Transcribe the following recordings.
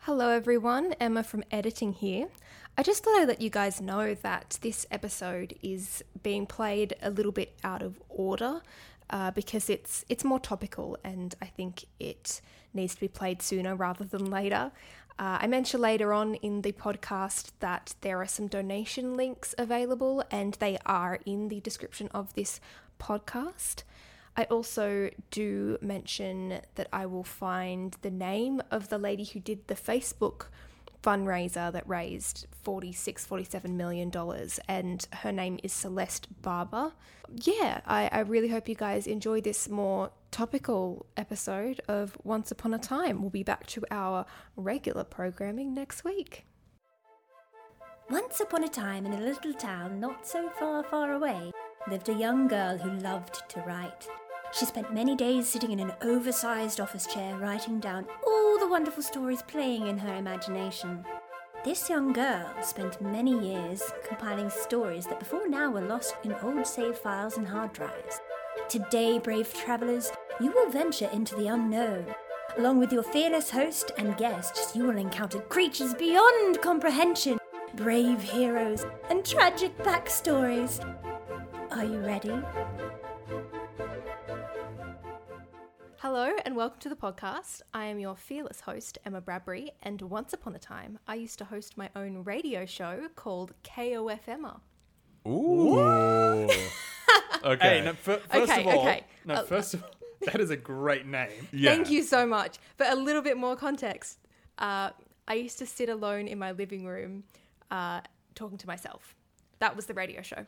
Hello, everyone. Emma from editing here. I just thought I'd let you guys know that this episode is being played a little bit out of order uh, because it's it's more topical and I think it needs to be played sooner rather than later. Uh, I mentioned later on in the podcast that there are some donation links available and they are in the description of this podcast. I also do mention that I will find the name of the lady who did the Facebook fundraiser that raised 46 47 million dollars and her name is Celeste Barber. Yeah, I, I really hope you guys enjoy this more topical episode of Once Upon a Time. We'll be back to our regular programming next week. Once upon a time, in a little town not so far, far away, lived a young girl who loved to write. She spent many days sitting in an oversized office chair writing down all the wonderful stories playing in her imagination. This young girl spent many years compiling stories that before now were lost in old save files and hard drives. Today, brave travelers, you will venture into the unknown. Along with your fearless host and guests, you will encounter creatures beyond comprehension, brave heroes, and tragic backstories. Are you ready? Hello and welcome to the podcast. I am your fearless host, Emma Bradbury, and once upon a time, I used to host my own radio show called KOF Emma. Ooh. okay. Hey, no, fir- first Okay, of all, okay. no, Uh, first of all, that is a great name. Yeah. Thank you so much. But a little bit more context. Uh, I used to sit alone in my living room uh, talking to myself. That was the radio show.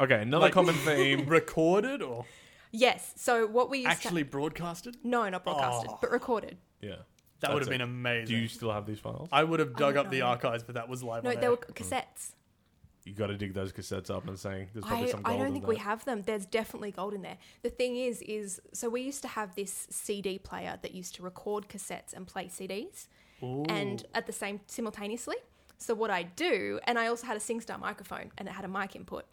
Okay, another Like- common theme. Recorded or Yes. So what we used actually to. broadcasted? No, not broadcasted, Oh. but recorded. yeah. That would have That's been it. Do amazing. you still have these files? I would have dug don't up the know. archives, but that was Oh, Oh live. No, on they air. were cassettes. you got to dig those cassettes up and saying there's probably I, some gold I don't in think that. we have them. There's definitely gold in there. The thing is, is so we used to have this CD player that used to record cassettes and play CDs, and at the same simultaneously. So what I do, and I also had a SingStar microphone, and it had a mic input.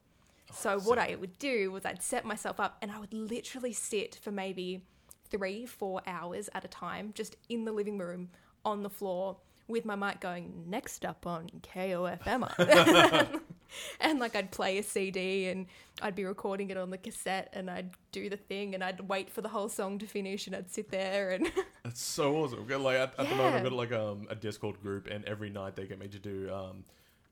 Oh, So what I would do was I'd set myself up, and I would literally sit for maybe three, four hours at a time, just in the living room on the floor with my mic going. Next up on KOFM. and like I'd play a CD and I'd be recording it on the cassette and I'd do the thing and I'd wait for the whole song to finish and I'd sit there and That's so awesome. We've got, Like at, at the moment, Yeah. I've got like um, a Discord group, and every night they get me to do. Um,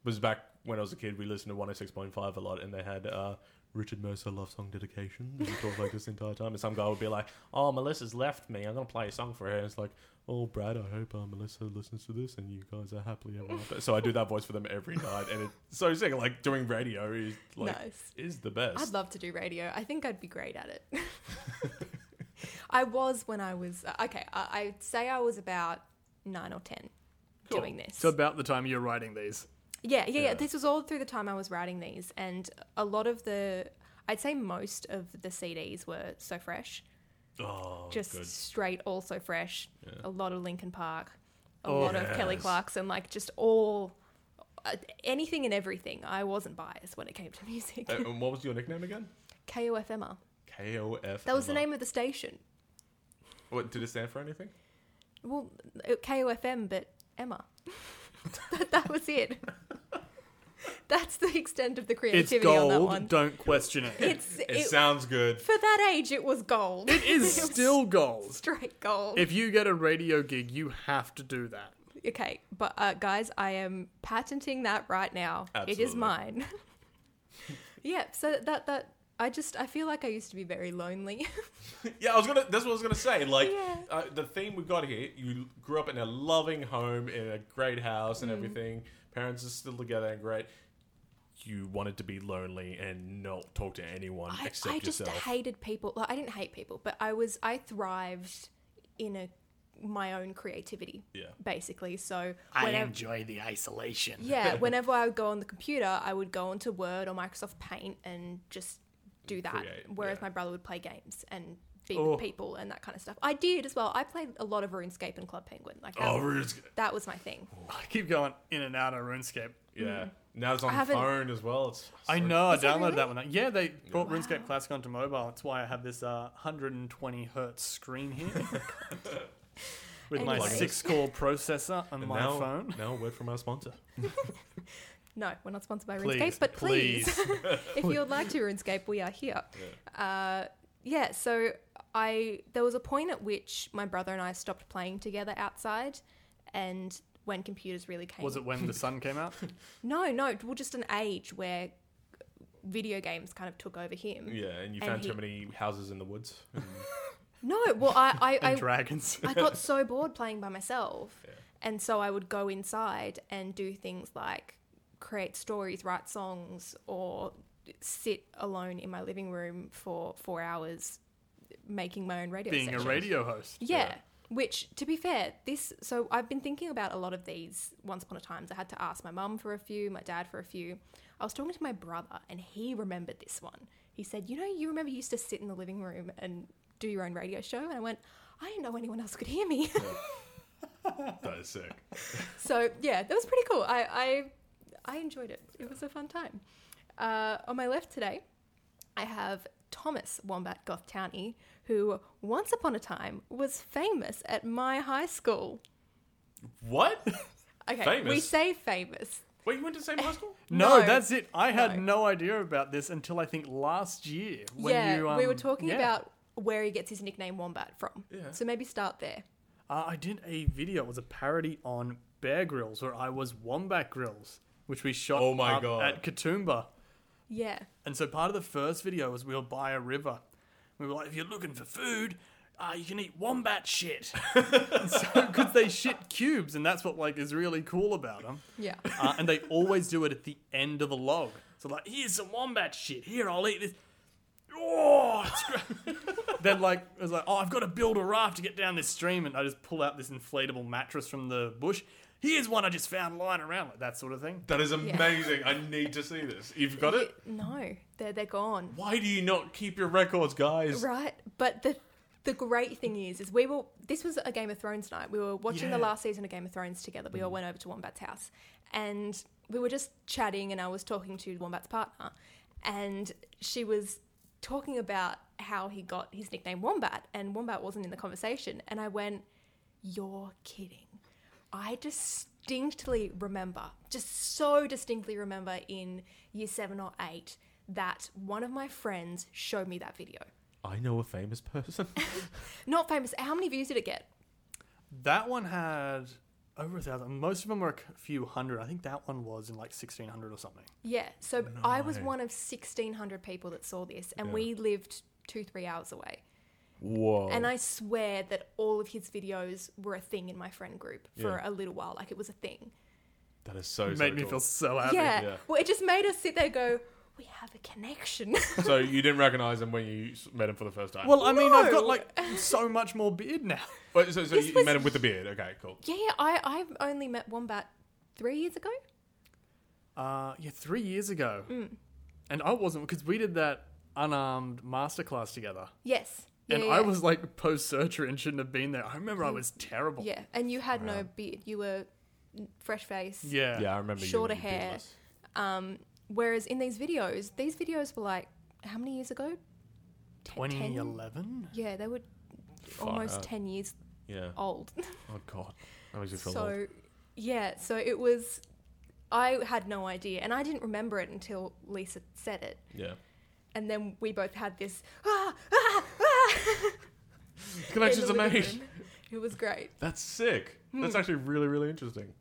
was back when I was a kid. We listened to 106.5 a lot, and they had uh, Richard Mercer love song dedication. They would talk like this the entire time, and some guy would be like, "Oh, Melissa's left me. I'm gonna play a song for her." And it's like, "Oh, Brad, I hope uh, Melissa listens to this, and you guys are happily ever after." So I do that voice for them every night, and it's so sick. Like doing radio is like Nice. is the best. I'd love to do radio. I think I'd be great at it. I was when I was uh, okay. I, I'd say I was about nine or ten doing this. So about the time you're writing these. Yeah, yeah, yeah. This was all through the time I was writing these, and a lot of the, I'd say most of the CDs were so fresh, oh, just good. straight, all so fresh. A lot of Linkin Park, a Oh. lot of Kelly Yes. Clarkson, like just all, uh, anything and everything. I wasn't biased when it came to music. Uh, and what was your nickname again? KOFMR. KOF. That was the name of the station. What did it stand for? Anything? Well, uh, KOFM, but Emma. that, that was it. That's the extent of the It's creativity on that one. gold. Don't question it. It's It, sounds good. for that age, it was gold. it is was still gold. straight gold. If you get a radio gig, you have to do that. okay, but uh, guys, I am patenting that right now. It is Absolutely. mine. yeah. So that that I just I feel like I used to be very lonely. Yeah, I was gonna. That's what I was gonna say. Like Yeah. uh, the theme we got here. You grew up in a loving home, in a great house, Mm. and everything. Parents are still together and great. You wanted to be lonely and not talk to anyone I, except I just yourself. hated people. Well, I didn't hate people, but I was I thrived in a my own creativity. Yeah. Basically, so whenever, enjoy the isolation. yeah, whenever I would go on the computer, I would go onto Word or Microsoft Paint and just do that. Create, whereas yeah. my brother would play games and be Oh. with people and that kind of stuff. I did as well. I played a lot of RuneScape and Club Penguin. Like that, Mm. Oh, we're just- that was my thing. I keep going in and out of RuneScape. yeah. Now it's on I the haven't- phone as well. It's I know. I Is that downloaded that really? one. Yeah, they brought RuneScape Classic onto mobile. That's why I have this uh, 120 hertz screen here. with my Anyway. six core processor on And my now, phone. now a word from our sponsor. No, we're not sponsored by Please, RuneScape, but please, if you would like to RuneScape, we are here. Uh, yeah, so I there was a point at which my brother and I stopped playing together outside, and when computers really came, Was it when the sun came out? no, no, well, just an age where video games kind of took over him. Yeah, and you And found he- too many houses in the woods. No, well, I I, And I, dragons. I got so bored playing by myself, and so I would go inside and do things like create stories, write songs, or sit alone in my living room for four hours making my own radio. Being a sessions. radio host. Yeah. Which, to be fair, this so I've been thinking about a lot of these once upon a time. I had to ask my mum for a few, my dad for a few. I was talking to my brother, and he remembered this one. He said, "You know, you remember you used to sit in the living room and do your own radio show." And I went, "I didn't know anyone else could hear me." that is sick. so yeah, that was pretty cool. I I, I enjoyed it. It was a fun time. Uh, on my left today, I have Thomas Wombat Goth Townie, who once upon a time was famous at my high school. What? Okay, we Famous? say famous. Wait, you went to the same high school? No, No. that's it. I had No. no. idea about this until I think last year. When yeah, you, we um, were talking yeah. about where he gets his nickname Wombat from. Yeah. So maybe start there. Uh, I did a video. It was a parody on Bear Grylls, where I was Wombat Grills, which we shot Oh my up God. at Katoomba. Yeah. And so part of the first video was we were by a river. We were like, if you're looking for food, uh, you can eat wombat shit. Because they shit cubes, and that's what like is really cool about them. Yeah. Uh, and they always do it at the end of the log. So like, here's some wombat shit. Here, I'll eat this. Oh, it's great. then like, I was like, oh, I've got to build a raft to get down this stream, and I just pull out this inflatable mattress from the bush. Here's one I just found lying around, like that sort of thing. That is amazing. I need to see this. You've got it? No, they're they're gone. Why do you not keep your records, guys? Right, but the the great thing is, is we were this was a Game of Thrones night. We were watching the Yeah. last season of Game of Thrones together. We all went over to Wombat's house, and we were just chatting, and I was talking to Wombat's partner, and she was talking about how he got his nickname Wombat, and Wombat wasn't in the conversation, and I went, "You're kidding." I distinctly remember, just so distinctly remember in year seven or eight, that one of my friends showed me that video. I know a famous person. Not famous. How many views did it get? That one had over a thousand. Most of them were a few hundred. I think that one was in like sixteen hundred or something. Yeah. So I was No. one of 1,600 people that saw this, and we lived two, three hours away. Whoa. Oh. And I swear that all of his videos were a thing in my friend group for a little while. Like it was a thing. that is so It so made me cool. feel so happy. yeah. yeah. Well, it just made us sit there and go, we have a connection. So you didn't recognize him when you s- met him for the first time? Well, I mean, I've got No. like so much more beard now. Wait, so, so this you was- met him with the beard. Okay, cool. yeah. yeah I, I've only met Wombat three years ago. Uh, yeah, three years ago, Mm. and I wasn't because we did that unarmed masterclass together, Yes. Yeah, and yeah, Mm. I yeah. was like post surgery and shouldn't have been there. I remember I was terrible. Yeah. And you had no beard. You were fresh face. Yeah. Yeah, I remember you- Shorter you. did hair. this. Um, whereas in these videos, these videos were like how many years ago? Te- 2011. Ten? Yeah, they were almost out. ten years Yeah. Oh, old. god, that makes me feel old. so yeah, so it was. I had no idea, and I didn't remember it until Lisa said it, Yeah. and then we both had this. Ah, ah, ah, in Connections the are living made. room. Hmm. It was great. That's sick. That's actually really really interesting.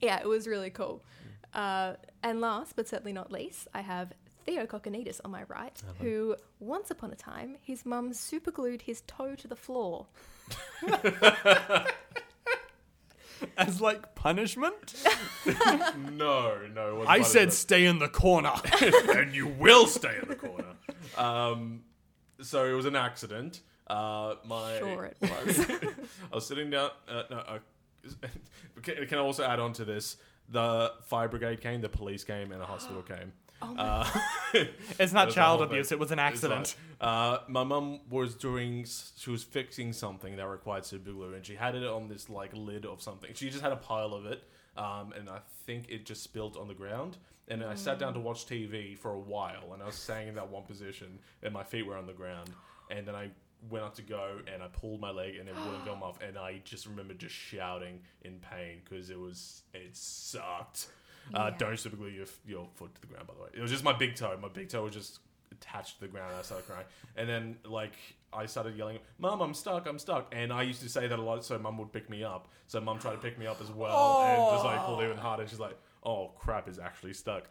Yeah, it was really cool. Uh, and last but certainly not least, I have Theo Kokkinidis on my right, who once upon a time, his mum superglued his toe to the floor. As like punishment, No, no. it wasn't I part of said the- stay in the corner. and you will stay in the corner. Um, so it was an accident. Uh, my Sure, it was. I was sitting down. Uh, no, uh, can, can I also add on to this? The fire brigade came, the police came, and the hospital came. Oh my it's not There's a child whole thing. abuse. It was an It's like, accident. Uh, my mum was doing, she was fixing something that required super glue, and she had it on this like lid of something. She just had a pile of it, um, and I think it just spilled on the ground. And I sat down to watch TV for a while, and I was staying in that one position, and my feet were on the ground. And then I went up to go and I pulled my leg and it wouldn't come off. And I just remember just shouting in pain because it was, it sucked. Uh, Yeah. don't super glue your, your foot to the ground, by the way. It was just my big toe. My big toe was just attached to the ground. And I started crying. And then, like, I started yelling, Mum, I'm stuck, I'm stuck. And I used to say that a lot, so Mum would pick me up. So Mum tried to pick me up as well and just, like, pulled even harder. She's like, Oh, crap, is actually stuck.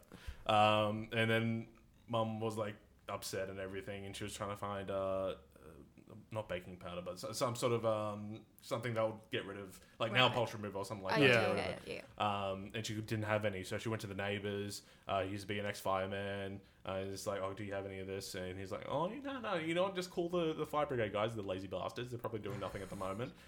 Um, and then Mum was, like, upset and everything. And she was trying to find, uh, uh, not baking powder, but so- some sort of um, something that would get rid of, like, nail Right. polish remover or something like I do, that. to Yeah. get yeah, rid of yeah, it. yeah. Um, and she didn't have any, so she went to the neighbors. Uh, he used to be an ex-fireman. Uh, it's like, oh, do you have any of this? And he's like, oh, no, no, you know, what? just call the, the fire brigade guys, the lazy bastards. They're probably doing nothing at the moment.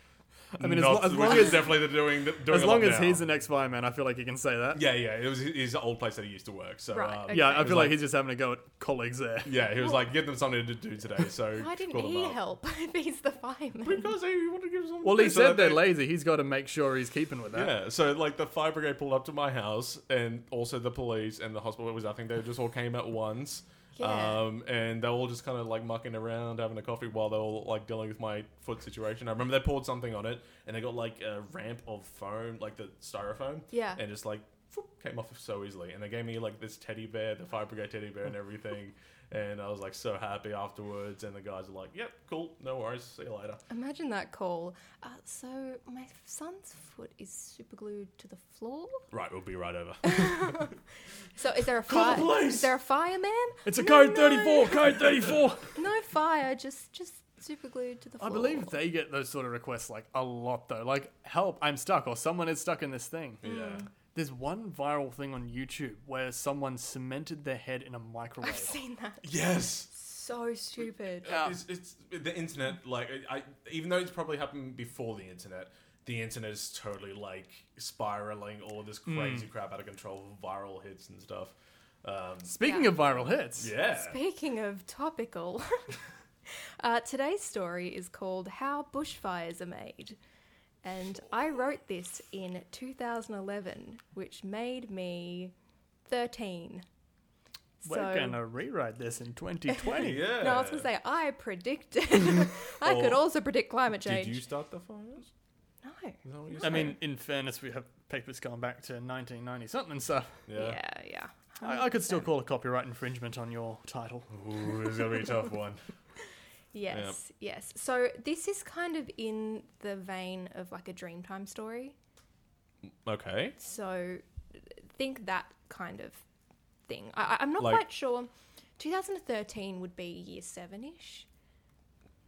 I mean, as Not- lo- as which long is as- definitely they're doing, they're doing As a long lot as now. he's an ex fireman, I feel like he can say that. yeah, yeah, it was his- his old place that he used to work. So Right, um, okay. Yeah, I He's feel like, like- he's just having a go at colleagues there. yeah, he was like, give them something to do today. So Why didn't call them he up. help if he's the fireman? Because he wanted to give them. Well, he so said that they're they- lazy. He's got to make sure he's keeping with that. Yeah, so like the fire brigade pulled up to my house, and also the police and the hospital. It was I think they just all came at once. Yeah. Um, and they were all just kind of like mucking around, having a coffee while they were all, like dealing with my foot situation. I remember they poured something on it, and they got like a ramp of foam, like the styrofoam. Yeah. And just like phoop, came off so easily, and they gave me like this teddy bear, the fire brigade teddy bear, and everything. And I was like so happy afterwards. And the guys were like, "Yep, cool, no worries, see you later." Imagine that call. Uh, so my son's foot is super glued to the floor. Right, we'll be right over. So is there a Call fire? the police! Is there a fireman? It's a No, code no. 34, code 34. No fire, just just super glued to the I floor. believe they get those sort of requests like a lot though. Like, help, I'm stuck, or someone is stuck in this thing. yeah. There's one viral thing on YouTube where someone cemented their head in a I've microwave. seen that. Yes. So stupid. Yeah. It's, it's the internet. Like, I, I even though it's probably happened before the internet, the internet is totally like spiraling all of this Hmm. crazy crap out of control, viral hits and stuff. Um, Speaking Yeah. of viral hits, yeah. Speaking of topical, uh, today's story is called How Bushfires Are Made. And I wrote this in 2011, which made me 13. we're so, gonna rewrite this in 2020. yeah. No, I was going to say, I predicted. I could Or- also predict climate Did change. you start the fires? No. Is that what you I said? mean, in fairness, we have papers going back to 1990 something, so yeah. Yeah, yeah. Oh, I, I could still call a copyright infringement on your title. Ooh, it's gonna be a tough one. Yes, yes. So this is kind of in the vein of like a Dreamtime story. Okay. So think that kind of thing. I, I- I'm not Like- quite sure. 2013 would be year seven ish.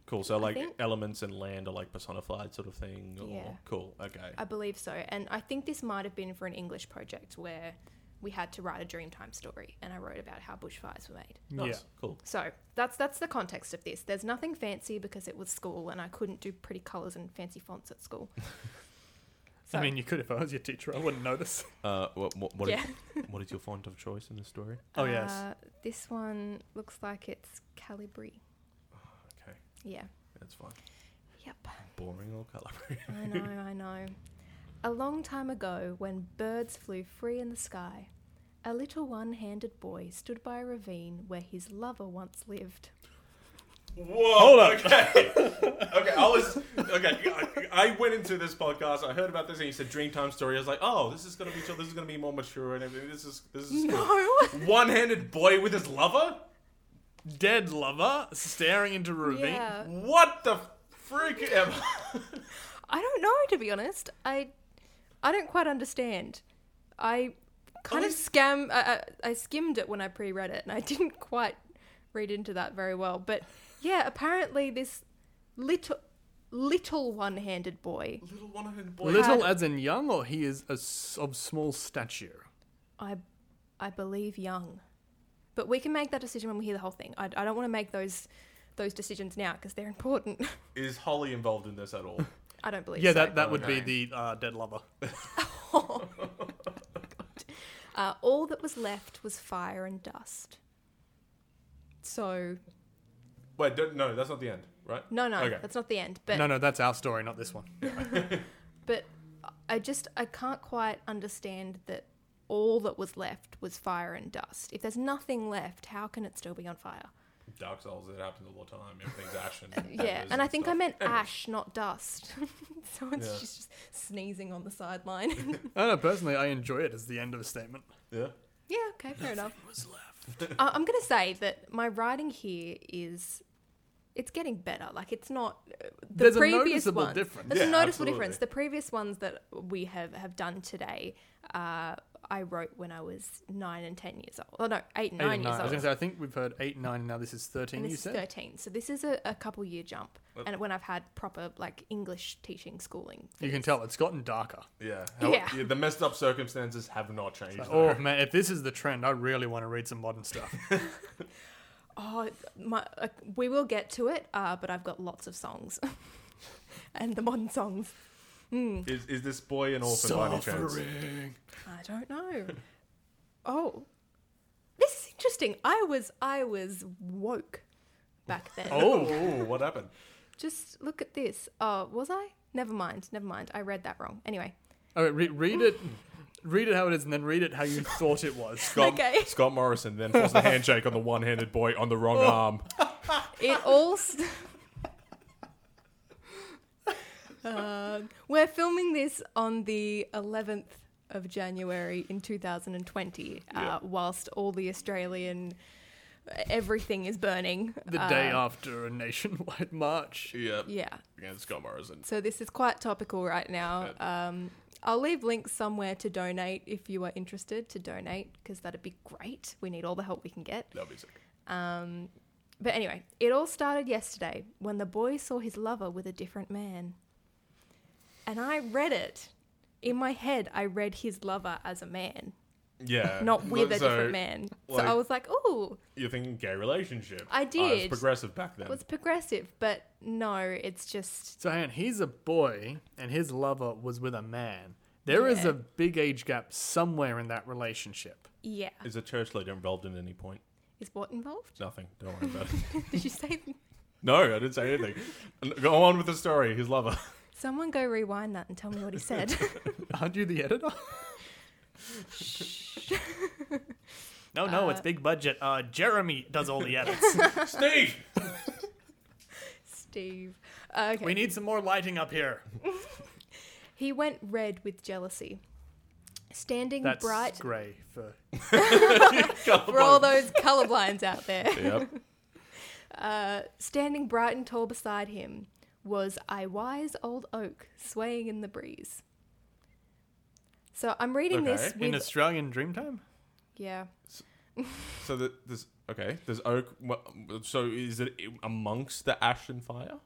Cool. So, like, think- elements and land are like personified, sort of thing. Or... Yeah. Cool. Okay. I believe so. And I think this might have been for an English project where we had to write a Dreamtime story, and I wrote about how bushfires were made. Nice. Cool. So that's that's the context of this. There's nothing fancy because it was school, and I couldn't do pretty colours and fancy fonts at school. I So- mean, you could if I was your teacher. I wouldn't notice. Uh, what, what, what, is- Yeah. what is your font of choice in the story? Oh, yes. Uh, this one looks like it's Calibri. Okay. Yeah. That's fine. Yep. Boring or colour. I know, I know. A long time ago, when birds flew free in the sky, a little one handed boy stood by a ravine where his lover once lived. Whoa! Hold up. Okay. okay, I was okay. I, I went into this podcast. I heard about this, and you said Dreamtime story. I was like, oh, this is gonna be chill. This is gonna be more mature and everything. This is this is one-handed boy with his lover. Dead lover staring into Ruby. yeah. What the freak ever? I don't know, to be honest. I, I don't quite understand. I kind of scam. I, I, I skimmed it when I pre-read it, and I didn't quite read into that very well. But yeah, apparently this little, little one-handed boy. Little one-handed boy. Little Had- as in young, or he is a s of small stature. I, I believe young, but we can make that decision when we hear the whole thing. I, I don't want to make those, those decisions now because they're important. Is Holly involved in this at all? I don't believe. Yeah, so. that, that would Okay. be the uh, dead lover. Uh, all that was left was fire and dust. So Wait, don't, no, that's not the end, right? no, no, Okay. that's not the end. But no, no, that's our story, not this one. but I just I can't quite understand that all that was left was fire and dust. If there's nothing left, how can it still be on fire? Dark Souls, it happens all the time. Everything's ash and Yeah, embers and I think I stuff. meant ash, not dust. so it's Yeah. she's just sneezing on the sideline. I don't know. Personally, I enjoy it as the end of a statement. Yeah. yeah, okay, fair enough. What's left? I- I'm going to say that my writing here is it's getting better. Like it's not uh, the There's a previous noticeable ones- difference. There's a Yeah, noticeable absolutely. difference. The previous ones that we have have done today, uh, I wrote when I was nine and ten years old. Oh no, eight and Eight nine and years nine. I was old. gonna say. I think we've heard eight, nine. and Now this is thirteen. and You this is said. 13 so this is a, a couple year jump and when i've had proper like english teaching schooling You can tell it's gotten darker. Yeah. How- Yeah. The messed up circumstances have not changed. though. Oh man, if this is the trend, I really want to read some modern stuff. oh my uh, we will get to it uh, but i've got lots of songs and the modern songs Is, is this boy an orphan by any chance? I don't know. oh, this is interesting. I was I was woke back then. Oh, what happened? Just look at this. Oh, was I? Never mind. Never mind. I read that wrong. Anyway, All right, re- read it, read it how it is, and then read it how you thought it was. Scott, Okay. Scott Morrison then forced the handshake on the one-handed boy on the wrong Oh. arm. it all. St- Uh, we're filming this on the 11th of January in 2020, uh, Yeah. whilst all the Australian uh, everything is burning. Uh, The day after a nationwide march. Yeah. Yeah. Against Scott Morrison. So this is quite topical right now. Um, I'll leave links somewhere to donate if you are interested to donate because that'd be great. We need all the help we can get. That'll be sick. Um, but anyway, it all started yesterday when the boy saw his lover with a different man. And I read it. In my head, I read his lover as a man, Yeah. not with a Uh, So, different man. so like- I was like, oh, You're thinking gay relationship. I Ah, it was did. progressive back then. it was progressive. But no, it's just, So hang on, he's a boy, and his lover was with a man. There is Yeah. a big age gap somewhere in that relationship. yeah. Is the church leader involved in any point? Is what involved? Nothing. Don't worry about it. Did you say No, I didn't say anything. Go on with the story. His lover. Someone go rewind that and tell me what he said. Aren't you the editor? no, no, it's big budget. Uh, Jeremy does all the edits. Steve. Steve. Uh, Okay. we need some more lighting up here. he went red with jealousy. Standing That's bright grey for for all those colourblind's out there. Yep. Uh, standing bright and tall beside him was a wise old oak swaying in the breeze. So I'm reading this Okay. with in Australian Dreamtime. yeah. So the, there's okay. There's oak. wha- So is it amongst the ash and fire?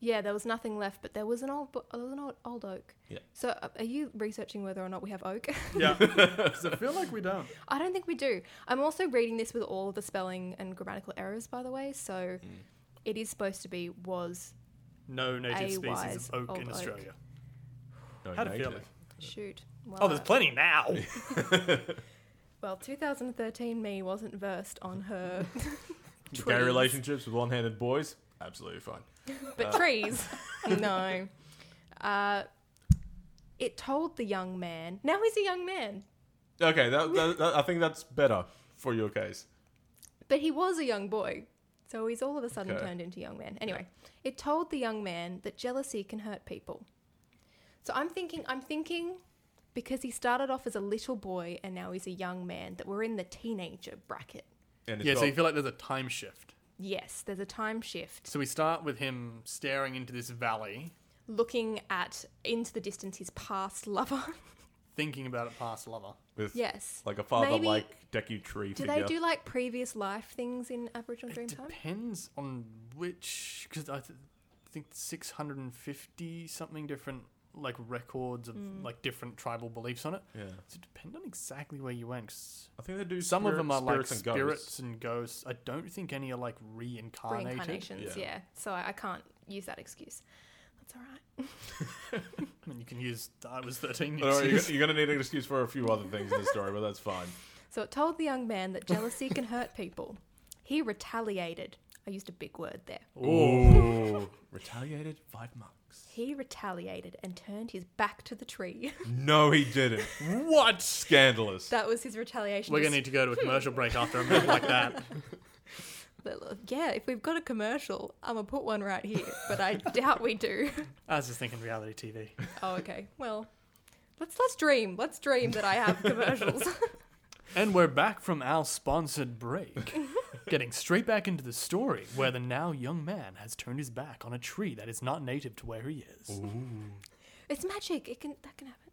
Yeah, there was nothing left, but there was an old, bo- there was an old, old oak. Yeah. So, uh, are you researching whether or not we have oak? Yeah, because I feel like we don't. I don't think we do. I'm also reading this with all of the spelling and grammatical errors, by the way. So Mm. it is supposed to be was. No native A species wise of oak old in oak. Australia. No, How'd it feel native. Shoot. Well, Oh, there's plenty now. well, 2013 me wasn't versed on her. Gay trees. relationships with one-handed boys. Absolutely fine. But Uh. trees. no. Uh, it told the young man. Now he's a young man. Okay, that, that, that- I think that's better for your case. But he was a young boy. So he's all of a sudden Okay. turned into young man. Anyway, it told the young man that jealousy can hurt people. So I'm thinking I'm thinking because he started off as a little boy and now he's a young man that we're in the teenager bracket. And it's yeah, so you got- feel like there's a time shift. Yes, there's a time shift. So we start with him staring into this valley, Looking at into the distance his past lover. thinking about it past lover. with yes. like a father-like Deku tree Do figure. they do like previous life things in Aboriginal Dreamtime? Depends on which, because I th- think 650 something different like records of like different tribal beliefs on it. yeah, So it depend on exactly where you went. 'cause I think they do. some of them are like spirits and ghosts. spirits and ghosts. I don't think any are like reincarnated. Reincarnations, Yeah. yeah. So I, I can't use that excuse. That's all right. I mean, you can use I was 13. All right, you're, excuse. gonna- you're gonna need an excuse for a few other things in the story, but that's fine. So it told the young man that jealousy can hurt people. He retaliated. I used a big word there. Ooh, retaliated five marks. He retaliated and turned his back to the tree. No, he didn't. What? Scandalous. that was his retaliation. We're going to need to go to a commercial break after a minute like that. But look, yeah, if we've got a commercial, I'm gonna put one right here. But I doubt we do. I was just thinking reality TV. Oh, okay. Well, let's let's dream. Let's dream that I have commercials. And we're back from our sponsored break. Getting straight back into the story where the now young man has turned his back on a tree that is not native to where he is. It's magic. It can that can happen.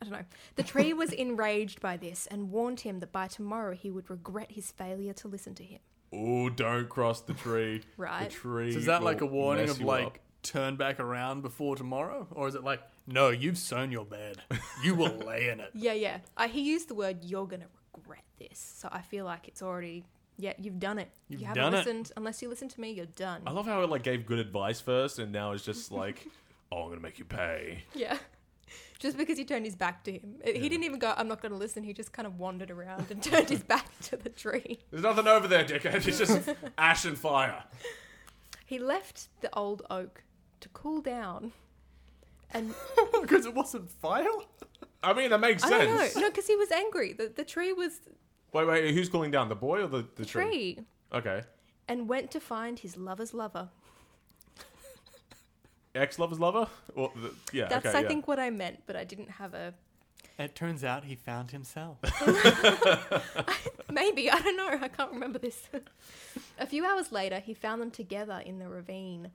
I don't know. The tree was enraged by this and warned him that by tomorrow he would regret his failure to listen to him. Oh, don't cross the tree. Right. The tree. So is that like a will warning mess of you like up. turn back around before tomorrow? Or is it like, no, you've sown your bed. You will lay in it. Yeah, yeah. I, he used the word "you're gonna regret this," so I feel like it's already. Yeah, you've done it. You've you haven't done it. listened. Unless you listen to me, you're done. I love how it like gave good advice first, and now it's just like, oh, I'm gonna make you pay. Yeah. Just because he turned his back to him. He didn't even go, I'm not going to listen. He just kind of wandered around and turned his back to the tree. There's nothing over there, dickhead. It's just ash and fire. He left the old oak to cool down. And Because it wasn't fire? I mean, that makes I sense. don't know. No, because he was angry. The, the tree was Wait, wait. Who's cooling down? The boy or the, the tree? tree Okay. and went to find his lover's lover. Ex lover's lover? Or the, yeah. That's, okay, I yeah. think, what I meant, but I didn't have a. It turns out he found himself. Maybe. I don't know. I can't remember this. a few hours later, he found them together in the ravine.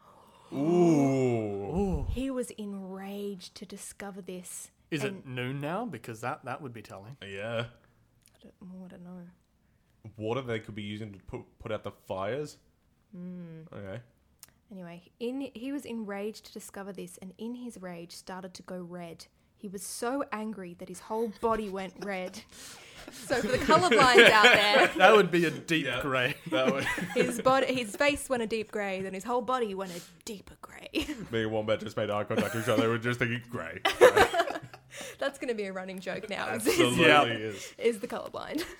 Ooh. He was enraged to discover this. Is and, it noon now? Because that, that would be telling. Yeah. I don't, oh, I don't know. Water they could be using to put put out the fires. Hmm. Okay. Anyway, in he was enraged to discover this, and in his rage started to go red. He was so angry that his whole body went red. So for the colourblind out there, That would be a deep Yeah. grey. That would his body, his face went a deep grey, then his whole body went a deeper grey. me and Wombat just made eye contact with each other. They were just thinking, great. That's going to be a running joke now. Is, is, Absolutely Yeah. is. is the colourblind?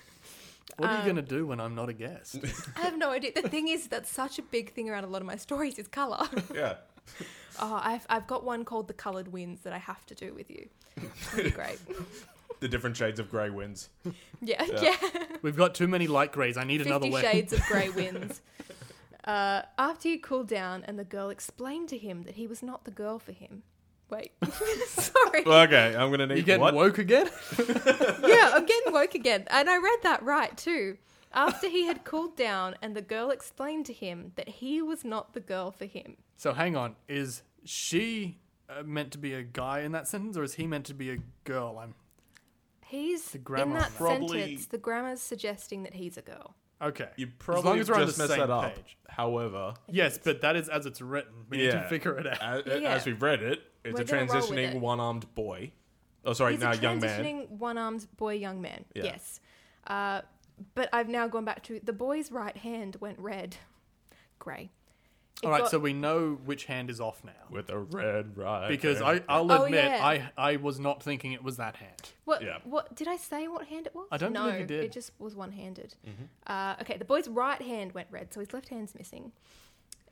What Um, are you going to do when I'm not a guest? I have no idea. The thing is, that's such a big thing around a lot of my stories is colour. Yeah. Oh, I've I've got one called the coloured winds that I have to do with you. That'd be great. The different shades of grey winds. yeah. Yeah. yeah. We've got too many light greys. I need another Fifty way. Shades of Grey wins. Uh, after he cooled down and the girl explained to him that he was not the girl for him. Wait, sorry. Okay, I'm gonna need You getting what? woke again? yeah, I'm getting woke again. And I read that right too. After he had cooled down and the girl explained to him that he was not the girl for him. So hang on, is she uh, meant to be a guy in that sentence, or is he meant to be a girl? I'm He's in grammar on that that. Probably- sentence. The grammar's suggesting that he's a girl. okay. You as probably long as we're just on the messed same that up. page. However, Yes, but that is as it's written. We need to Yeah. figure it out. as, Yeah. as we've read it, it's We're a gonna roll with transitioning it. one-armed boy. Oh, sorry, He's now a young man. transitioning one-armed boy, young man. Yeah. Yes, uh, but I've now gone back to the boy's right hand went red, grey. It All right, got- so we know which hand is off now. with a red right. Because hand. I, I'll Oh, admit, yeah. I, I was not thinking it was that hand. What, Yeah. what did I say? What hand it was? I don't know. believe you did. Mm-hmm. It just was one-handed. Uh, okay, the boy's right hand went red, so his left hand's missing.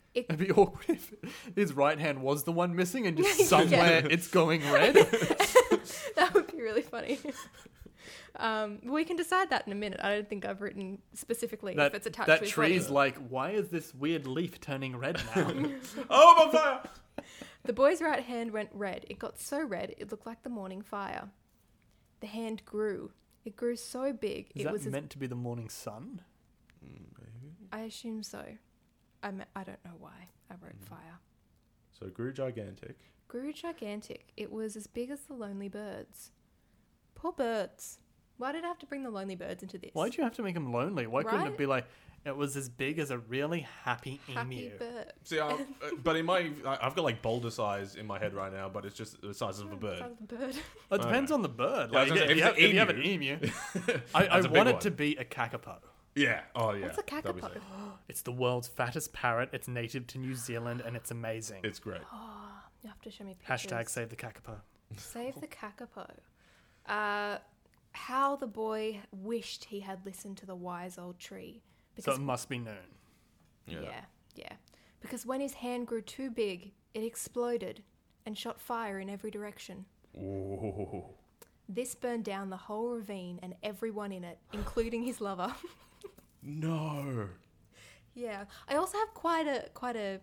It'd be awkward if his right hand was the one missing and just Yeah. somewhere it's going red. That would be really funny. um, we can decide that in a minute. I don't think I've written specifically that if it's attached that to his tree body. is like, why is this weird leaf turning red now? oh, I'm on fire. The boy's right hand went red. It got so red it looked like the morning fire. The hand grew. It grew so big is it that was. meant to be the morning sun? as, I assume so. I me- I don't know why I wrote Mm. fire. So it grew gigantic. Grew gigantic. It was as big as the lonely birds. Poor birds. Why did I have to bring the lonely birds into this? Why'd you have to make him lonely? Why couldn't Right? it be like it was as big as a really happy, Happy emu? bird. See, i uh, but in my, I- I've got like boulder size in my head right now, but it's just the size of a bird. Sounds bird. It depends on the bird. Oh, Yeah, I was Like, gonna say, if, if it's you have, an if you have an emu, I, I That's a big want it one. to be a kakapo. Yeah. Oh, yeah. What's a that'd be kakapo? sick. It's the world's fattest parrot. It's native to New Zealand and it's amazing. It's great. Oh, You have to show me pictures. Hashtag save the kakapo. Save the Kakapo. Uh, how the boy wished he had listened to the wise old tree. So Because, it must be noon. yeah. yeah, Because when his hand grew too big, it exploded and shot fire in every direction. Ooh. This burned down the whole ravine and everyone in it, including his lover. No. Yeah, I also have quite a quite a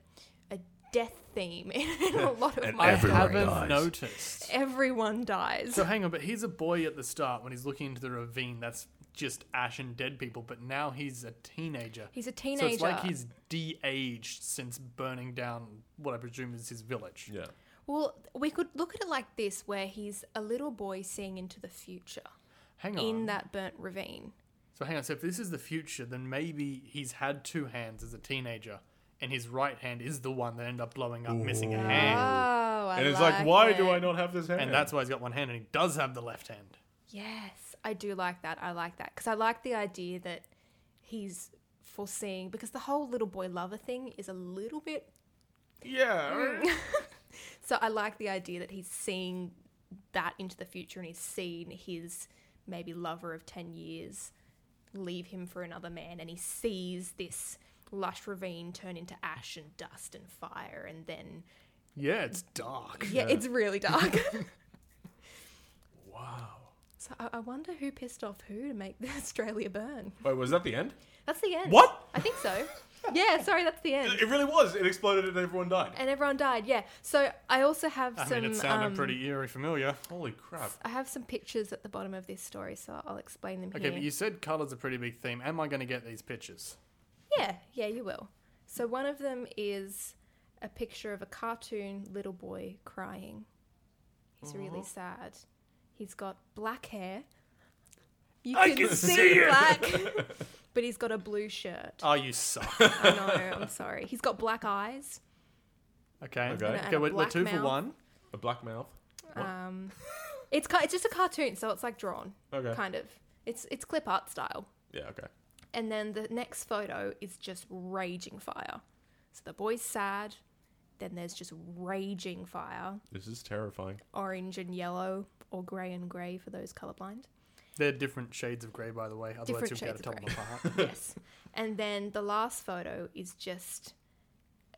a death theme in, a lot of And my. everyone stuff. haven't dies. noticed. Everyone dies. So hang on, but here's a boy at the start when he's looking into the ravine. That's just ash and dead people. But now he's a teenager. He's a So it's like teenager. he's de-aged since burning down what I presume is his village. Yeah. Well, we could look at it like this, where he's a little boy seeing into the future Hang on. in that burnt ravine. so hang on. So if this is the future, then maybe he's had two hands as a teenager, and his right hand is the one that ended up blowing up, missing a hand, Oh, I and it's like, why do I not have this hand? and that's why he's got one hand, and he does have the left hand. Yes, I do like that. I like that because I like the idea that he's foreseeing because the whole little boy lover thing is a little bit. yeah. Mm. So I like the idea that he's seeing that into the future and he's seen his maybe lover of 10 years leave him for another man and he sees this lush ravine turn into ash and dust and fire and then Yeah, it's dark. yeah, it's really dark. wow. So I, I wonder who pissed off who to make Australia burn. Wait, was that the end? That's the end. What? I think so. yeah, sorry, that's the end. It really was. It exploded and everyone died. And everyone died. Yeah. So I also have I some. mean, it sounded um, pretty eerie familiar. Holy crap. I have some pictures at the bottom of this story, so I'll explain them Okay, here. but you said colour's a pretty big theme. Am I going to get these pictures? Yeah, yeah, you will. So one of them is a picture of a cartoon little boy crying. He's really sad. He's got black hair. You I can see it. black, but he's got a blue shirt. Oh, you suck. I know. I'm sorry. He's got black eyes. Okay. Okay. Okay, And a we're, we're black two for mouth. one. A black mouth. Um, it's ki- it's just a cartoon, so it's like drawn, Okay. kind of. It's it's clip art style. Yeah, okay. And then the next photo is just raging fire. So the boy's sad. Then there's just raging fire, This is terrifying. orange and yellow, or grey and grey for those colorblind. They're different shades of grey, by the way. Otherwise, Different you'll be able to tell shades them of apart. yes. And then the last photo is just.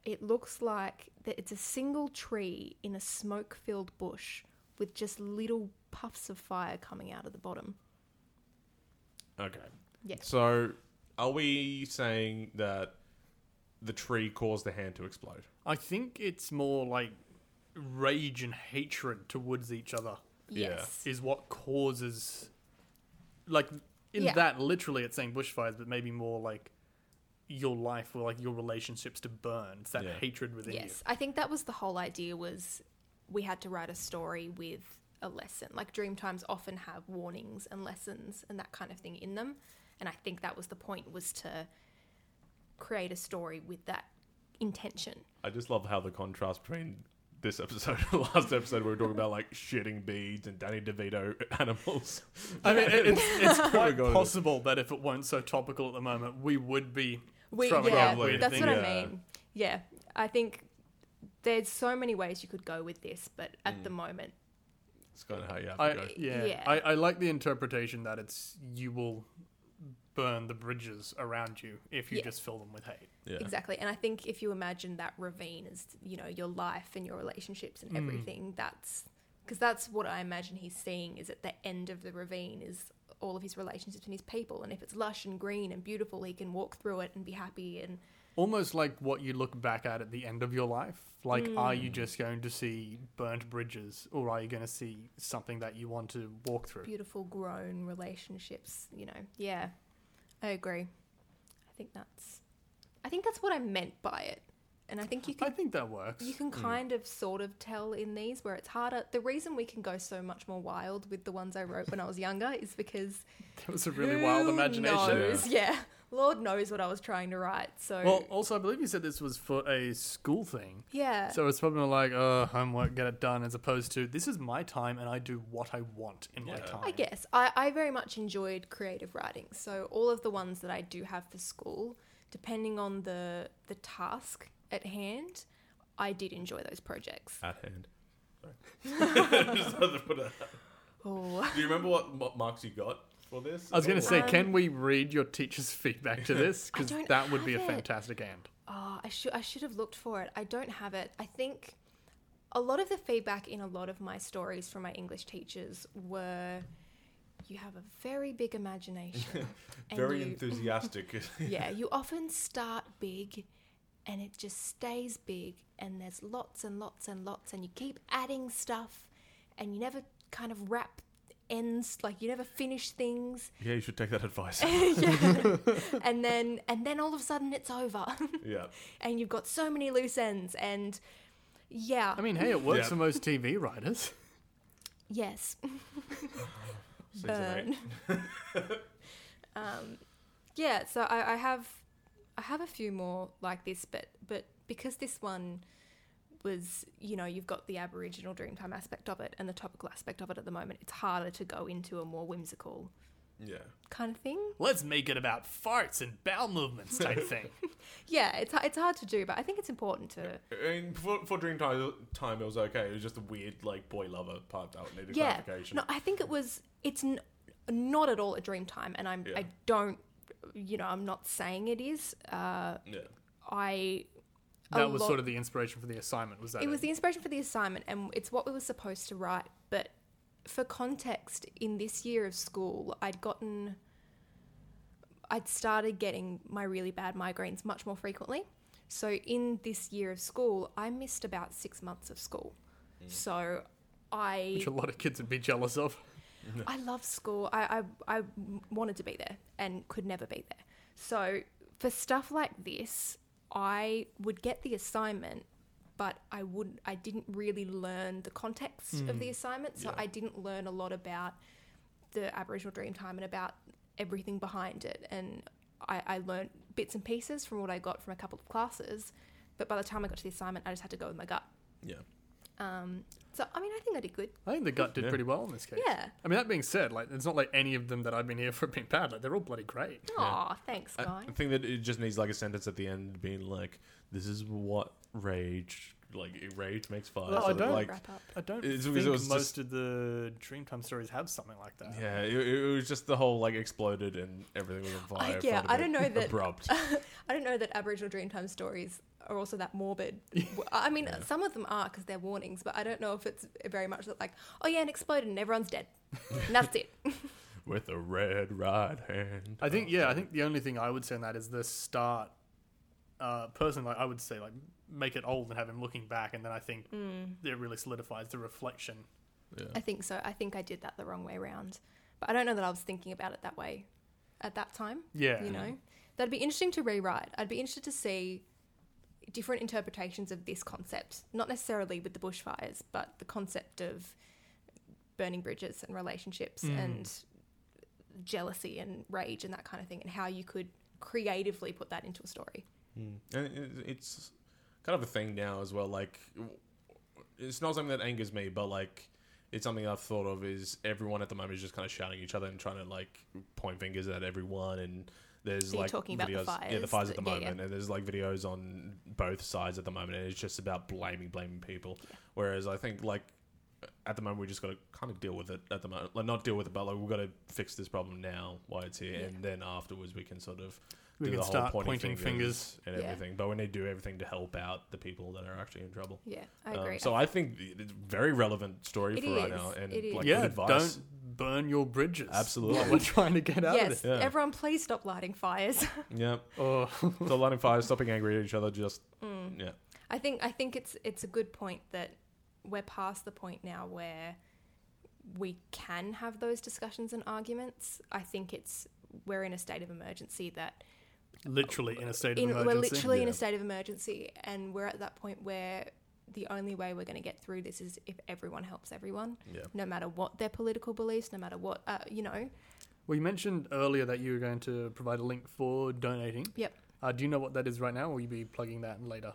It looks like that it's a single tree in a smoke-filled bush with just little puffs of fire coming out of the bottom. Okay. Yeah. So, are we saying that the tree caused the hand to explode? I think it's more like rage and hatred towards each other Yeah. Yes. is what causes, like, in Yeah. that literally it's saying bushfires, but maybe more like your life or like your relationships to burn. It's that Yeah. hatred within Yes, I think that was the whole idea was we had to write a story with a lesson. Like Dreamtimes often have warnings and lessons and that kind of thing in them, and I think that was the point was to create a story with that intention. I just love how the contrast between this episode and the last episode we were talking about like shitting beads and Danny DeVito animals. you. I mean, it- it's, it's quite God. possible that if it weren't so topical at the moment, we would be. We, throwing yeah, out weird that's things. what Yeah. I mean. Yeah, I think there's so many ways you could go with this, but at Mm. the moment, It's kind of how you have to go. I, yeah, Yeah. I, I like the interpretation that it's you will burn the bridges around you if you Yeah. just fill them with hate. Yeah. Exactly. And I think if you imagine that ravine as, you know, your life and your relationships and everything, that's because that's what I imagine he's seeing is at the end of the ravine is all of his relationships and his people. And if it's lush and green and beautiful, he can walk through it and be happy. And Almost like what you look back at at the end of your life. Like, are Mm. you just going to see burnt bridges or are you going to see something that you want to walk through? beautiful grown relationships, you know. Yeah, I agree. I think that's, I think that's what I meant by it. And I think you I can think that works. You can kind of sort of tell in these where it's harder. The reason we can go so much more wild with the ones I wrote when I was younger is because That was a really wild who imagination. knows? Yeah. Lord knows what I was trying to write. So Well, also, I believe you said this was for a school thing. yeah, So it's probably like, oh, homework, get it done, as opposed to this is my time and I do what I want in my Yeah. time. I guess I, I very much enjoyed creative writing. So all of the ones that I do have for school, depending on the the task at hand, I did enjoy those projects. At hand. Sorry. Just had to put it out. Oh, Do you remember what, what marks you got for this? Oh, I was going Or- to say, can we read your teacher's feedback to Um, this? I Because don't that would be a have it. fantastic end. Oh, I should I should have looked for it. I don't have it. I think a lot of the feedback in a lot of my stories from my English teachers were You have a very big imagination. and Very you- enthusiastic. yeah, you often start big and it just stays big and there's lots and lots and lots and you keep adding stuff and you never kind of wrap ends like you never finish things yeah, you should take that advice. and then and then all of a sudden it's over yeah. and you've got so many loose ends and yeah I mean, hey, it works Yeah. for most TV writers. yes Season eight. burn. um, yeah, so I, I have I have a few more like this, but but because this one was you know you've got the Aboriginal Dreamtime aspect of it and the topical aspect of it at the moment, it's harder to go into a more whimsical Yeah. kind of thing. Let's make it about farts and bowel movements type thing. Yeah, it's it's hard to do, but I think it's important to. I mean, for, for Dream Time, time, it was okay. It was just the weird, like, boy lover part that needed Yeah, clarification. no, I think it was it's n- not at all a dream time, and I'm Yeah. I don't you know I'm not saying it is. Uh, Yeah. I a That was lot- sort of the inspiration for the assignment, was that? it was it? the inspiration for the assignment and it's what we were supposed to write but for context in this year of school i'd gotten i'd started getting my really bad migraines much more frequently so in this year of school i missed about six months of school so i Mm. which a lot of kids would be jealous of. I love school. I, I, I wanted to be there and could never be there. So for stuff like this, I would get the assignment, but I would I didn't really learn the context of the assignment. So I didn't learn a lot about the Aboriginal Dreamtime and about everything behind it. And I, I learned bits and pieces from what I got from a couple of classes. But by the time I got to the assignment, I just had to go with my gut. Yeah. Um, so I mean, I think I did good. I think the gut did Yeah. pretty well in this case. Yeah. I mean, that being said, like it's not like any of them that I've been here for have been bad. Like they're all bloody great. Aw, thanks, I, guy. I think that it just needs, like, a sentence at the end being like, this is what rage, like, rage makes fire. Well, I that, don't- like, Wrap up. I don't It's think because it was most just- of the Dreamtime stories have something like that. Yeah, it, it was just the whole, like, exploded and everything was on I- fire. yeah, felt a I don't bit know that- Abrupt. I don't know that Aboriginal Dreamtime stories are also that morbid. W- I mean, some of them are because they're warnings, but I don't know if it's very much that like, oh yeah, and exploded and everyone's dead. And that's it. With a red right hand. I think yeah, I think the only thing I would say on that is the start. Uh, personally, like, I would say like make it old and have him looking back, and then I think Hmm. it really solidifies the reflection. I think so. I think I did that the wrong way round, but I don't know that I was thinking about it that way at that time. Yeah, You know, that'd be interesting to rewrite. I'd be interested to see different interpretations of this concept, not necessarily with the bushfires, but the concept of burning bridges and relationships Mm. and jealousy and rage and that kind of thing, and how you could creatively put that into a story. Mm. And it- it's kind of a thing now as well. Like, w- it's not something that angers me, but like, it's something I've thought of. Is everyone at the moment is just kind of shouting at each other and trying to like point fingers at everyone and. There's So you're like talking about the videos, yeah, the fires, fires at the yeah, yeah. moment, and there's like videos on both sides at the moment, and it's just about blaming, blaming people. Whereas I think like at the moment we just got to kind of deal with it at the moment, like not deal with it, but like we've got to fix this problem now while it's here, Yeah. and then afterwards we can sort of We do can the whole start pointing, pointing fingers, fingers. and Yeah. everything. But we need to do everything to help out the people that are actually in trouble. Yeah, I Um, agree. so I think it's a very relevant story It for right is. now, and It is. like yeah. good advice. Don't burn your bridges. Absolutely. What we're trying to get out yes, of it. Yeah. everyone, please stop lighting fires. Yeah. Oh, So lighting fires, stopping angry at each other, just Mm. yeah, I think I think it's it's a good point that we're past the point now where we can have those discussions and arguments. I think it's we're in a state of emergency that literally in a state of in, emergency. we're literally in a Yeah. state of emergency, and we're at that point where the only way we're going to get through this is if everyone helps everyone, yeah. no matter what their political beliefs, no matter what uh, you know. Well, you mentioned earlier that you were going to provide a link for donating. Yep. Uh, do you know what that is right now, or will you be plugging that later?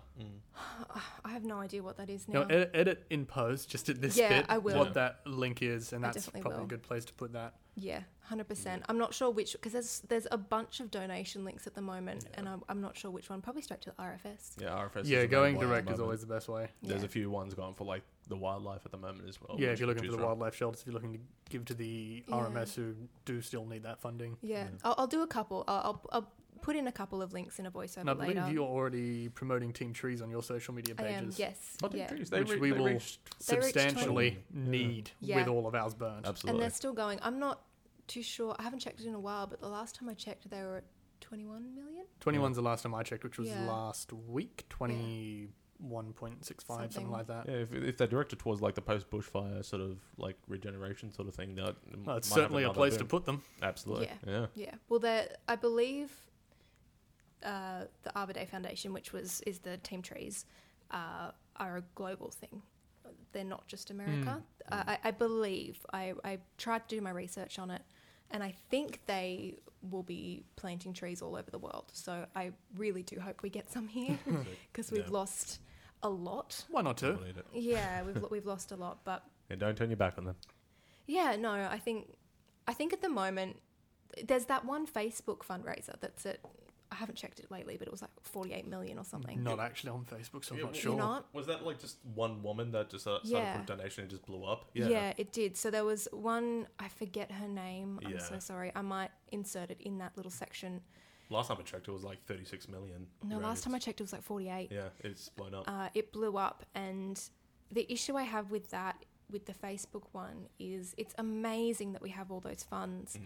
I have no idea what that is No, now. edit, edit in post, just at this Yeah, bit, I will. what that link is, and I that's definitely probably a will. good place to put that. Yeah, hundred percent. I'm not sure which because there's there's a bunch of donation links at the moment, and I'm, I'm not sure which one. Probably straight to the RFS. Yeah, RFS. is yeah, the main going one at the direct is moment. always the best way. There's Yeah. a few ones going for like the wildlife at the moment as well. yeah, which you if you're can looking for the choose from. wildlife shelters, if you're looking to give to the Yeah. RMS who do still need that funding. Yeah, I'll, I'll do a couple. I'll, I'll, I'll put in a couple of links in a voiceover And I believe later. you're already promoting Team Trees on your social media I pages. am. Yes. Oh, dude, yeah. geez, they Which re- we they will- reached- They reached Substantially 20. need Yeah. with Yeah. all of ours burned. And absolutely. they're still going. I'm not too sure. I haven't checked it in a while, but the last time I checked, they were at 21 million. 21's the last time I checked, which was Yeah. last week. 21.65, something. Something. like that. Yeah, if, if they're directed towards like the post bushfire sort of like regeneration sort of thing, that Well, it's might have certainly a another place to boom. put them. Absolutely, Yeah. yeah. Yeah. Well, there, I believe uh, the Arbor Day Foundation, which was is the Team Trees, uh, are a global thing. They're not just America. Uh, I, I believe. I, I tried to do my research on it, and I think they will be planting trees all over the world. So I really do hope we get some here because we've Yeah. lost a lot. One or two. We'll need it. Yeah, we've lo- we've lost a lot, but And don't turn your back on them. yeah, no, I think I think at the moment there's that one Facebook fundraiser that's at I haven't checked it lately, but it was like 48 million or something. Not actually on Facebook, so I'm Yeah, not well- sure. You're not? Was that like just one woman that just uh, started Yeah. put a donation and just blew up? Yeah. it did. So there was one I forget her name. I'm Yeah. so sorry. I might insert it in that little section. Last time I checked, it was like 36 million. No, rounded. last time I checked it was like 48. Yeah, it's blown up. Uh, it blew up and the issue I have with that with the Facebook one is it's amazing that we have all those funds. Mm-hmm.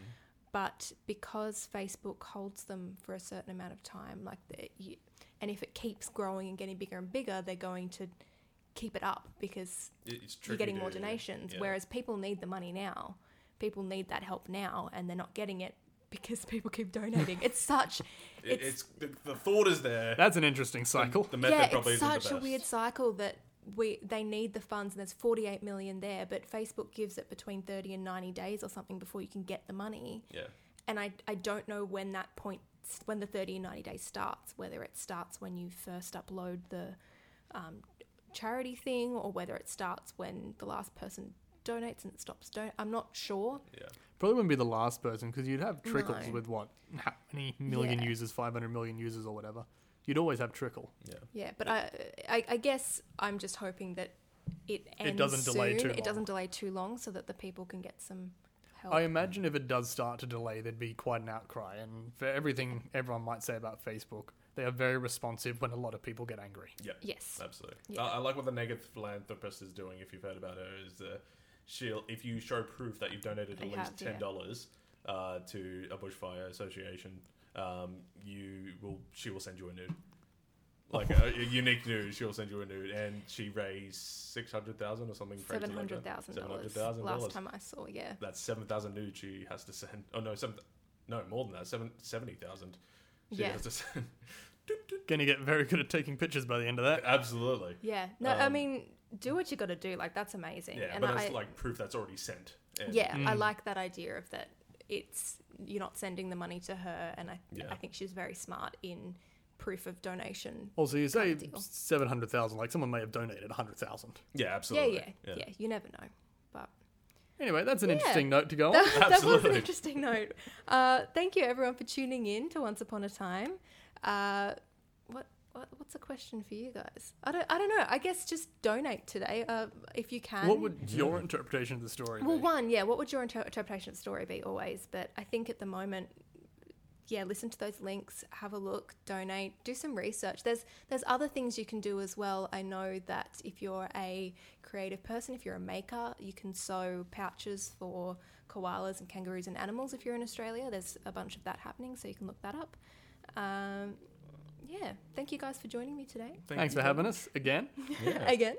but because Facebook holds them for a certain amount of time, like the, you, and if it keeps growing and getting bigger and bigger, they're going to keep it up because It- it's tricky you're getting to- more donations. yeah. Whereas people need the money now, people need that help now, and they're not getting it because people keep donating. It's such, It- it's, it's, the, the thought is there. That's an interesting cycle. The method yeah, probably it's isn't the such a best. weird cycle that we they need the funds and there's 48 million there, but Facebook gives it between 30 and 90 days or something before you can get the money. Yeah. and I, I don't know when that point when the 30 and 90 days starts whether it starts when you first upload the um, charity thing or whether it starts when the last person donates and it stops don- i'm not sure Yeah. Probably wouldn't be the last person because you'd have trickles No. with what? How many million Yeah. users? 500 million users or whatever. You'd always have trickle. Yeah. yeah but I, I i guess i'm just hoping that it ends doesn't delay soon. too it long. doesn't delay too long so that the people can get some help I imagine if it does start to delay, there'd be quite an outcry. And for everything everyone might say about Facebook, they are very responsive when a lot of people get angry. Yeah. yes Absolutely. Yeah. I, I like what the negative philanthropist is doing. If you've heard about her, is uh, she'll if you show proof that you've donated I at least have, yeah. ten dollars uh, to a bushfire association, um, you will she will send you a nude. Like a, a unique nude, she'll send you a nude, and she raised six hundred thousand or something. crazy like that. $700000 $700,000. last time i saw yeah That's seven thousand nudes she has to send. Oh no, seven, no more than that. Seven seventy thousand. She Yeah. has to send. Gonna get very good at taking pictures by the end of that. Absolutely. yeah no i Um, mean do what you got to do like that's amazing Yeah, and but I, that's like proof that's already sent. And Yeah, I like that idea of that. It's you're not sending the money to her, and I Yeah. I think she's very smart in proof of donation. Also, you say deal. 700,000, like someone may have donated 100,000. Yeah, Yeah, absolutely. yeah, yeah, You never know, but Anyway, that's an Yeah. interesting note to go on. that, that was an Oh, Absolutely. interesting note. Uh, thank you everyone for tuning in to Once Upon a Time. Uh, what, what what's a question for you guys? I don't I don't know. I guess just donate today uh, if you can. What would your interpretation of the story Well, be? one, yeah. What would your inter- interpretation of the story be always? But I think at the moment, yeah, listen to those links, have a look, donate, do some research. There's there's other things you can do as well. I know that if you're a creative person, if you're a maker, you can sew pouches for koalas and kangaroos and animals. If you're in Australia, there's a bunch of that happening, so you can look that up. Um, yeah, thank you guys for joining me today. Thanks for having us again. Again,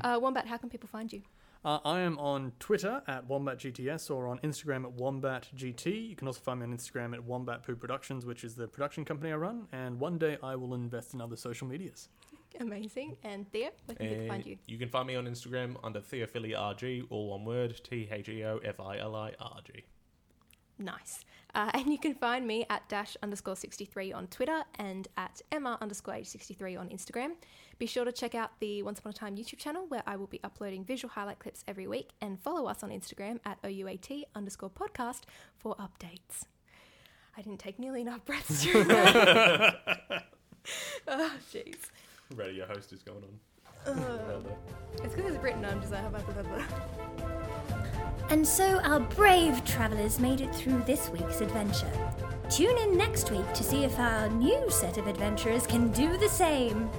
uh, Wombat, how can people find you? Uh, I am on Twitter at WombatGTS or on Instagram at WombatGT. You can also find me on Instagram at Wombat Poo Productions, which is the production company I run. And one day I will invest in other social medias. Amazing. And Theo, where can people find you? You can find me on Instagram under TheophiliRG, all one word, T H E O F I L I R G. Nice. Uh, and you can find me at dash underscore 63 on Twitter and at Emma underscore age 63 on Instagram. Be sure to check out the Once Upon a Time YouTube channel where I will be uploading visual highlight clips every week and follow us on Instagram at OUAT underscore podcast for updates. I didn't take nearly enough breaths during that. oh, jeez. Ready, your host is going on. It's because it's written, I'm just like, And so our brave travellers made it through this week's adventure. Tune in next week to see if our new set of adventurers can do the same.